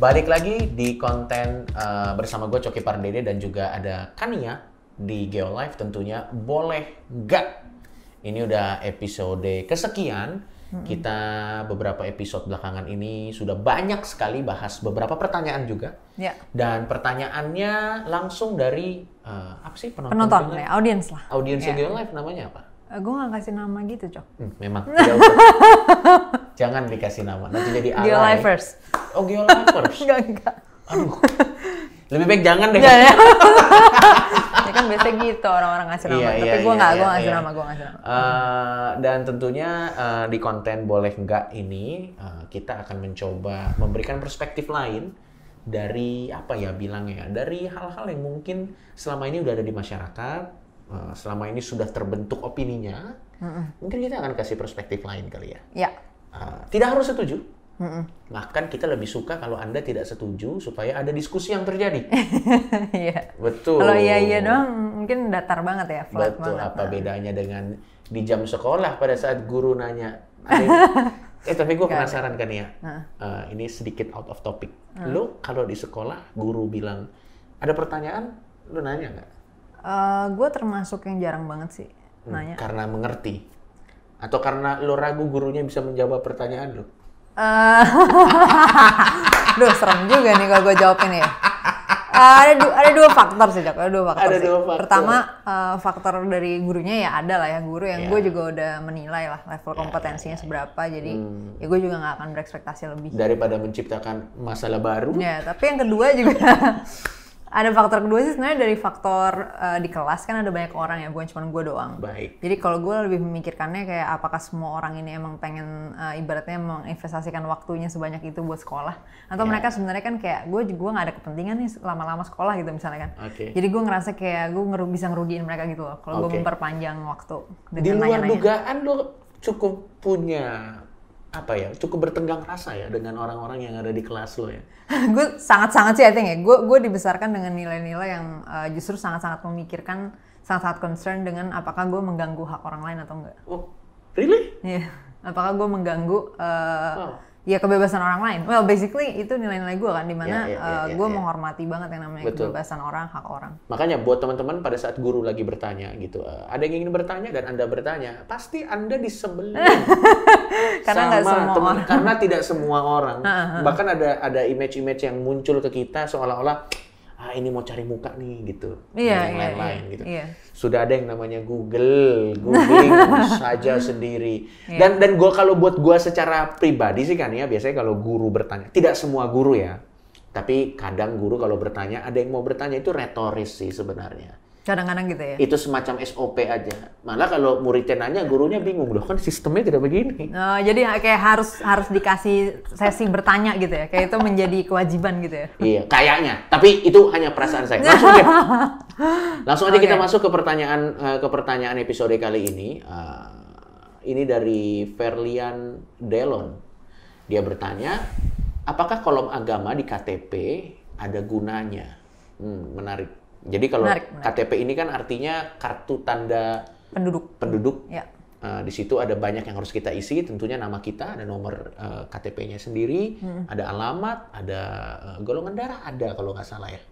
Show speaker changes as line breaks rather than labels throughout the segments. Balik lagi di konten eh, bersama gue Coki Pardede dan juga ada Kania di GeoLive tentunya. Boleh nggak? Ini udah episode kesekian. Kita beberapa episode belakangan ini sudah banyak sekali bahas beberapa pertanyaan juga.
Ya,
Dan pertanyaannya langsung dari eh, apa sih penonton?
penonton
GeoLive?
ya, audiens lah.
Audiens
Ya.
GeoLive namanya apa?
gue gak kasih nama gitu, Cok.
Hmm, memang. Tidak usah. Jangan dikasih nama. Nanti jadi alay.
Geolivers.
Oh, geolivers.
Enggak, enggak.
Aduh. Lebih baik jangan deh.
Enggak ya. ya kan biasanya gitu orang-orang ngasih nama,
Iya,
tapi
iya,
gue
iya,
nggak, gue
iya,
ngasih
iya.
nama, gue ngasih nama.
Eh, dan tentunya eh, di konten boleh nggak ini eh, kita akan mencoba memberikan perspektif lain dari apa ya bilangnya dari hal-hal yang mungkin selama ini udah ada di masyarakat eh, selama ini sudah terbentuk opininya
Mm-mm.
mungkin kita akan kasih perspektif lain kali ya
Ya.
Eh, tidak harus setuju
Mm-mm.
bahkan kita lebih suka kalau anda tidak setuju supaya ada diskusi yang terjadi
Iya.
betul
Eh, Kalau iya iya doang mungkin datar banget ya,
Oh.
flat
Betul,
banget.
apa bedanya dengan di jam sekolah pada saat guru nanya. ada- eh tapi gue penasaran kan ya,
Nah.
Eh, ini sedikit out of topic. Lu kalau di sekolah guru bilang ada pertanyaan, lu nanya nggak?
gue Eh, termasuk yang jarang banget sih
Hmm,
nanya.
Karena mengerti atau karena lu ragu gurunya bisa menjawab pertanyaan lu?
Eh, Duh, serem juga nih kalau gue jawab ini ya. Eh, ada, du- ada dua faktor sih, Dok. Ada dua faktor
Ada
sih.
dua faktor.
Pertama, eh, faktor dari gurunya ya ada lah ya. Guru yang
Ya.
gue juga udah menilai lah level
Iya,
kompetensinya seberapa. Jadi
Hmm.
ya gue juga nggak akan berekspektasi lebih.
Daripada menciptakan masalah baru,
Ya, tapi yang kedua juga ada faktor kedua sih sebenarnya dari faktor eh, di kelas kan ada banyak orang ya, bukan cuma gue doang.
baik.
Jadi kalau gue lebih memikirkannya kayak apakah semua orang ini emang pengen eh, ibaratnya menginvestasikan waktunya sebanyak itu buat sekolah atau
Iya.
mereka sebenarnya kan kayak gue gue nggak ada kepentingan nih lama-lama sekolah gitu misalnya kan.
Oke.
Jadi gue ngerasa kayak gue ngeru bisa ngerugiin mereka gitu loh kalau
Oke.
gue memperpanjang waktu
Di luar
nanya-nanya.
dugaan lu cukup punya apa ya? Cukup bertenggang rasa ya dengan orang-orang yang ada di kelas lu ya.
gue sangat-sangat sih I think ya. Gue gue dibesarkan dengan nilai-nilai yang eh, justru sangat-sangat memikirkan sangat-sangat concern dengan apakah gue mengganggu hak orang lain atau enggak.
Oh, really?
Iya. Apakah gue mengganggu eh,
Wow.
ya kebebasan orang lain? Well, basically itu nilai-nilai gue kan dimana
Iya, iya,
eh,
iya,
gue
iya.
menghormati banget yang namanya
Betul.
kebebasan orang, hak orang.
Makanya buat teman-teman pada saat guru lagi bertanya gitu, eh, ada yang ingin bertanya dan Anda bertanya, pasti Anda disembelih.
Karena nggak
Sama
semua
teman-
orang.
Karena tidak semua orang. Bahkan ada ada image-image yang muncul ke kita seolah-olah ah ini mau cari muka nih gitu.
Iya,
Dan yang
iya,
lain-lain
iya,
gitu.
iya.
Sudah ada yang namanya Google, googling saja sendiri. Dan dan gua kalau buat gua secara pribadi sih kan ya, biasanya kalau guru bertanya, tidak semua guru ya. Tapi kadang guru kalau bertanya, ada yang mau bertanya itu retoris sih sebenarnya
Kadang-kadang gitu ya.
itu semacam SOP aja. Malah kalau muridnya nanya, gurunya bingung. Loh kan sistemnya tidak begini.
Eh, jadi kayak harus harus dikasih sesi bertanya gitu ya. Kayak itu menjadi kewajiban gitu ya.
iya, kayaknya. Tapi itu hanya perasaan saya. Langsung aja. Langsung aja kita
Oke.
masuk ke pertanyaan eh, ke pertanyaan episode kali ini. Eh, ini dari Verlian Delon. Dia bertanya, apakah kolom agama di KTP ada gunanya? Hmm, menarik. Jadi kalau
Menarik, menarik.
KTP ini kan artinya kartu tanda
Penduduk.
penduduk
Ya.
Uh, di situ ada banyak yang harus kita isi, tentunya nama kita, ada nomor uh, KTP-nya sendiri,
Hmm.
ada alamat, ada uh, golongan darah, ada kalau nggak salah ya,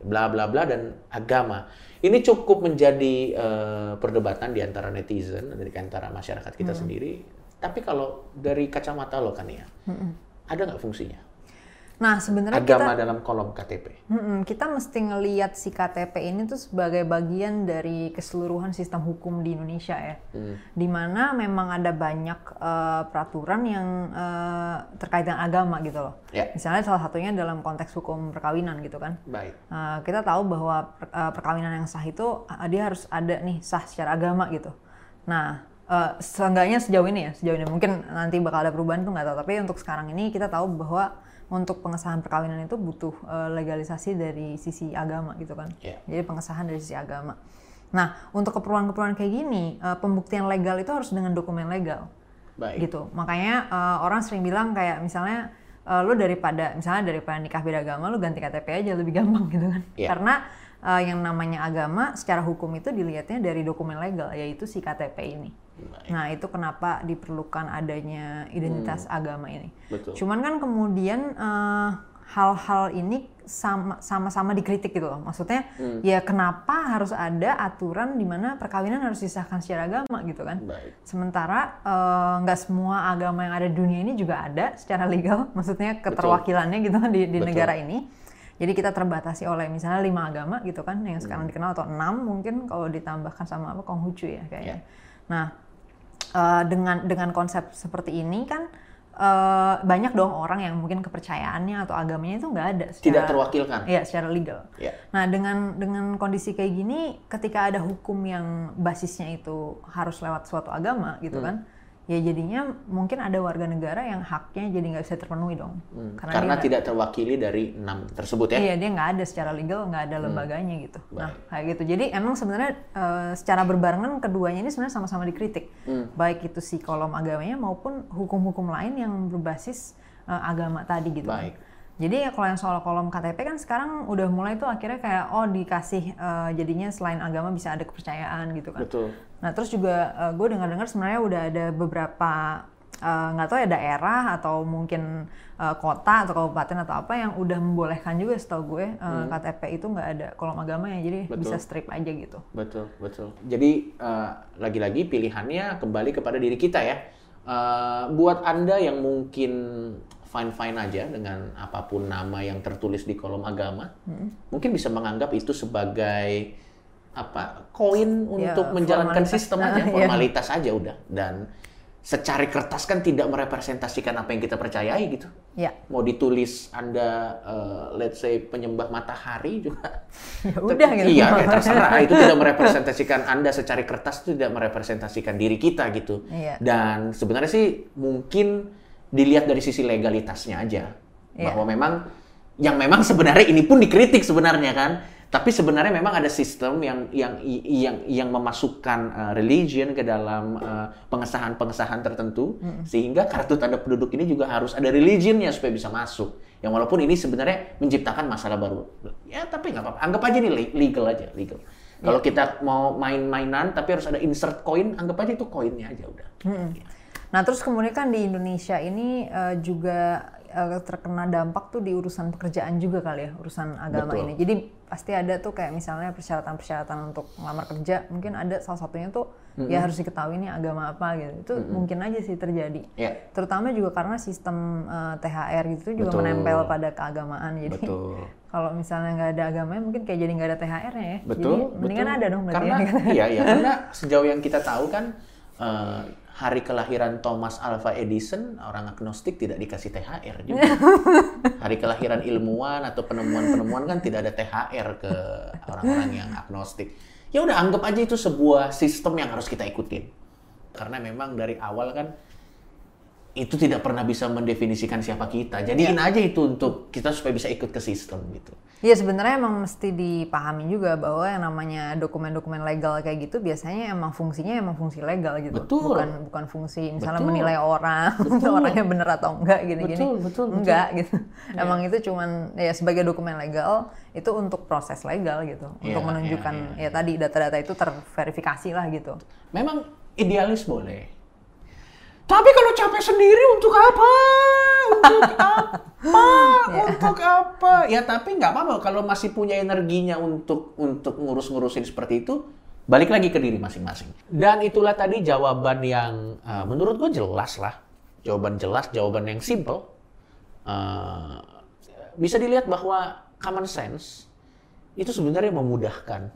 bla bla bla dan agama. Ini cukup menjadi uh, perdebatan di antara netizen, dari antara masyarakat kita
Hmm.
sendiri. Tapi kalau dari kacamata lo kan ya, ada nggak fungsinya
Nah, sebenarnya Hmm. kita
agama dalam kolom KTP?
Mm-mm, kita mesti ngeliat si KTP ini tuh sebagai bagian dari keseluruhan sistem hukum di Indonesia ya. Dimana memang ada banyak eh, peraturan yang eh, terkait dengan agama gitu loh.
Ya,
Misalnya salah satunya dalam konteks hukum perkawinan gitu kan.
baik.
Eh, kita tahu bahwa per- eh, perkawinan yang sah itu eh, dia harus ada nih sah secara agama gitu. Nah, eh, seenggaknya sejauh ini ya, sejauh ini mungkin nanti bakal ada perubahan tuh nggak tahu. Tapi untuk sekarang ini kita tahu bahwa untuk pengesahan perkawinan itu butuh eh, legalisasi dari sisi agama gitu kan.
Iya.
Jadi pengesahan dari sisi agama. Nah, untuk keperluan-keperluan kayak gini, eh, pembuktian legal itu harus dengan dokumen legal
Baik.
gitu makanya eh, orang sering bilang kayak misalnya eh, lu daripada misalnya daripada nikah beda agama lu ganti KTP aja lebih gampang gitu kan
Iya.
karena eh, yang namanya agama secara hukum itu dilihatnya dari dokumen legal yaitu si KTP ini
Baik.
nah itu kenapa diperlukan adanya identitas agama ini
Hmm. Betul.
cuman kan kemudian eh, hal-hal ini sama- sama-sama dikritik gitu loh. Maksudnya
Hmm.
ya kenapa harus ada aturan di mana perkawinan harus disahkan secara agama gitu kan?
Baik.
Sementara eh, nggak semua agama yang ada di dunia ini juga ada secara legal, maksudnya keterwakilannya gitu di, di
Betul.
negara ini. Jadi kita terbatasi oleh misalnya lima agama gitu kan yang
Hmm.
sekarang dikenal atau enam mungkin kalau ditambahkan sama apa Konghucu ya kayaknya. Nah eh, dengan dengan konsep seperti ini kan eh, banyak dong orang yang mungkin kepercayaannya atau agamanya itu nggak ada
Tidak
secara-
terwakilkan.
Iya, secara legal.
Ya.
Nah, dengan dengan kondisi kayak gini, ketika ada hukum yang basisnya itu harus lewat suatu
Hmm.
agama gitu kan, ya jadinya mungkin ada warga negara yang haknya jadi nggak bisa terpenuhi dong,
Hmm. Karena,
dia
tidak terwakili dari enam tersebut ya. Hmm.
nggak- iya dia nggak ada secara legal, nggak ada lembaganya gitu. Nah, kayak gitu. Jadi emang sebenarnya eh, secara berbarengan keduanya ini sebenarnya sama-sama dikritik,
Hmm.
baik itu si kolom agamanya maupun hukum-hukum lain yang berbasis eh, agama tadi gitu. kan.
Baik.
Jadi ya kalau yang soal kolom KTP kan sekarang udah mulai tuh akhirnya kayak oh dikasih eh, jadinya selain agama bisa ada kepercayaan gitu kan.
Betul.
Nah terus juga gue dengar-dengar sebenarnya udah ada beberapa eh, nggak tahu ya daerah atau mungkin eh, kota atau kabupaten atau apa yang udah membolehkan juga setahu gue eh, KTP itu nggak ada kolom agama ya jadi
Hmm. Betul.
bisa strip aja gitu.
Betul, betul. Jadi eh, lagi-lagi pilihannya kembali kepada diri kita ya. Eh, buat Anda yang mungkin fine-fine aja dengan apapun nama yang tertulis di kolom agama,
Hmm.
mungkin bisa menganggap itu sebagai apa koin
Ya,
untuk menjalankan
formalitas.
sistem aja,
Ah, iya.
formalitas aja udah. Dan secari kertas kan tidak merepresentasikan apa yang kita percayai gitu.
Ya.
Mau ditulis Anda eh, let's say penyembah matahari juga
Ya udah gitu.
Iya, kayak terserah. Itu tidak merepresentasikan Anda secara kertas, itu tidak merepresentasikan diri kita gitu.
Iya.
Dan sebenarnya sih mungkin dilihat dari sisi legalitasnya aja.
Iya.
Bahwa memang, yang memang sebenarnya ini pun dikritik sebenarnya kan. Tapi sebenarnya memang ada sistem yang yang yang yang memasukkan eh, religion ke dalam eh, pengesahan-pengesahan tertentu sehingga kartu tanda penduduk ini juga harus ada religionnya supaya bisa masuk. Yang walaupun ini sebenarnya menciptakan masalah baru. Ya tapi nggak apa-apa. Anggap aja ini le- legal aja, legal. Kalau kita mau main-mainan tapi harus ada insert coin, anggap aja itu koinnya aja udah.
Nah, terus kemudian kan di Indonesia ini eh, juga eh, terkena dampak tuh di urusan pekerjaan juga kali ya, urusan agama
Betul.
ini. Jadi pasti ada tuh kayak misalnya persyaratan-persyaratan untuk melamar kerja, mungkin ada salah satunya tuh ya harus diketahui ini agama apa gitu. Itu mungkin aja sih terjadi.
Ya.
Terutama juga karena sistem eh, THR gitu juga
Betul.
menempel pada keagamaan. Jadi
Betul.
kalau misalnya nggak ada agamanya mungkin kayak jadi nggak ada THR-nya ya.
Betul.
jadi mendingan
betul.
ada dong berarti.
Karena
ya.
iya iya karena sejauh yang kita tahu kan eh, hari kelahiran Thomas Alva Edison orang agnostik tidak dikasih THR juga. hari kelahiran ilmuwan atau penemuan-penemuan kan tidak ada THR ke orang-orang yang agnostik. Ya udah anggap aja itu sebuah sistem yang harus kita ikutin. Karena memang dari awal kan itu tidak pernah bisa mendefinisikan siapa kita. Jadiin aja itu untuk kita supaya bisa ikut ke sistem gitu.
Iya sebenarnya emang mesti dipahami juga bahwa yang namanya dokumen-dokumen legal kayak gitu biasanya emang fungsinya emang fungsi legal gitu.
Betul.
Bukan bukan fungsi misalnya
Betul.
menilai orang,
Betul.
orangnya bener atau enggak gini-gini.
Betul, betul, Iya. betul.
Enggak gitu. Emang itu cuman ya sebagai dokumen legal itu untuk proses legal gitu. Untuk
Iya,
menunjukkan
iya,
ya tadi data-data itu terverifikasi lah gitu.
Memang idealis boleh. Tapi kalau capek sendiri untuk apa? Untuk apa? Untuk apa? Ya tapi nggak apa-apa kalau masih punya energinya untuk untuk ngurus-ngurusin seperti itu, balik lagi ke diri masing-masing. Dan itulah tadi jawaban yang eh, menurut gue jelas lah. Jawaban jelas, jawaban yang simple. Eh, bisa dilihat bahwa common sense itu sebenarnya memudahkan.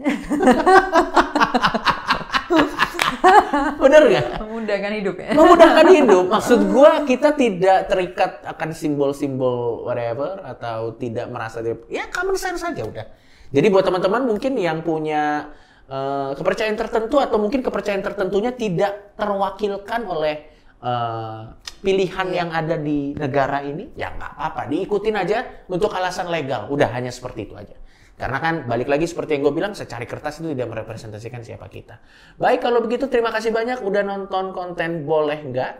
Bener nggak?
Memudahkan hidup ya.
memudahkan hidup. Maksud gua kita tidak terikat akan simbol-simbol whatever atau tidak merasa dia- ya common sense saja udah. Jadi buat teman-teman mungkin yang punya eh, kepercayaan tertentu atau mungkin kepercayaan tertentunya tidak terwakilkan oleh eh, pilihan yang ada di negara ini, ya nggak apa-apa, diikutin aja untuk alasan legal. Udah hanya seperti itu aja. Karena kan balik lagi seperti yang gue bilang, secari kertas itu tidak merepresentasikan siapa kita. Baik kalau begitu terima kasih banyak udah nonton konten boleh nggak?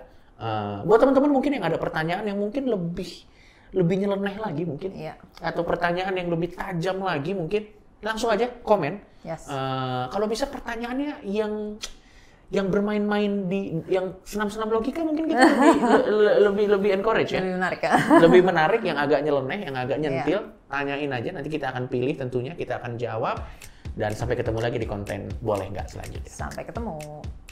Eh, buat teman-teman mungkin yang ada pertanyaan yang mungkin lebih lebih nyeleneh lagi mungkin
Iya.
atau pertanyaan yang lebih tajam lagi mungkin langsung aja komen.
Yes.
Eh, kalau bisa pertanyaannya yang yang bermain-main di yang senam-senam logika mungkin kita lebih le- lebih lebih encourage ya.
Lebih menarik ya.
Lebih menarik yang agak nyeleneh, yang agak nyentil, tanyain aja nanti kita akan pilih tentunya, kita akan jawab dan sampai ketemu lagi di konten boleh nggak selanjutnya.
Sampai ketemu.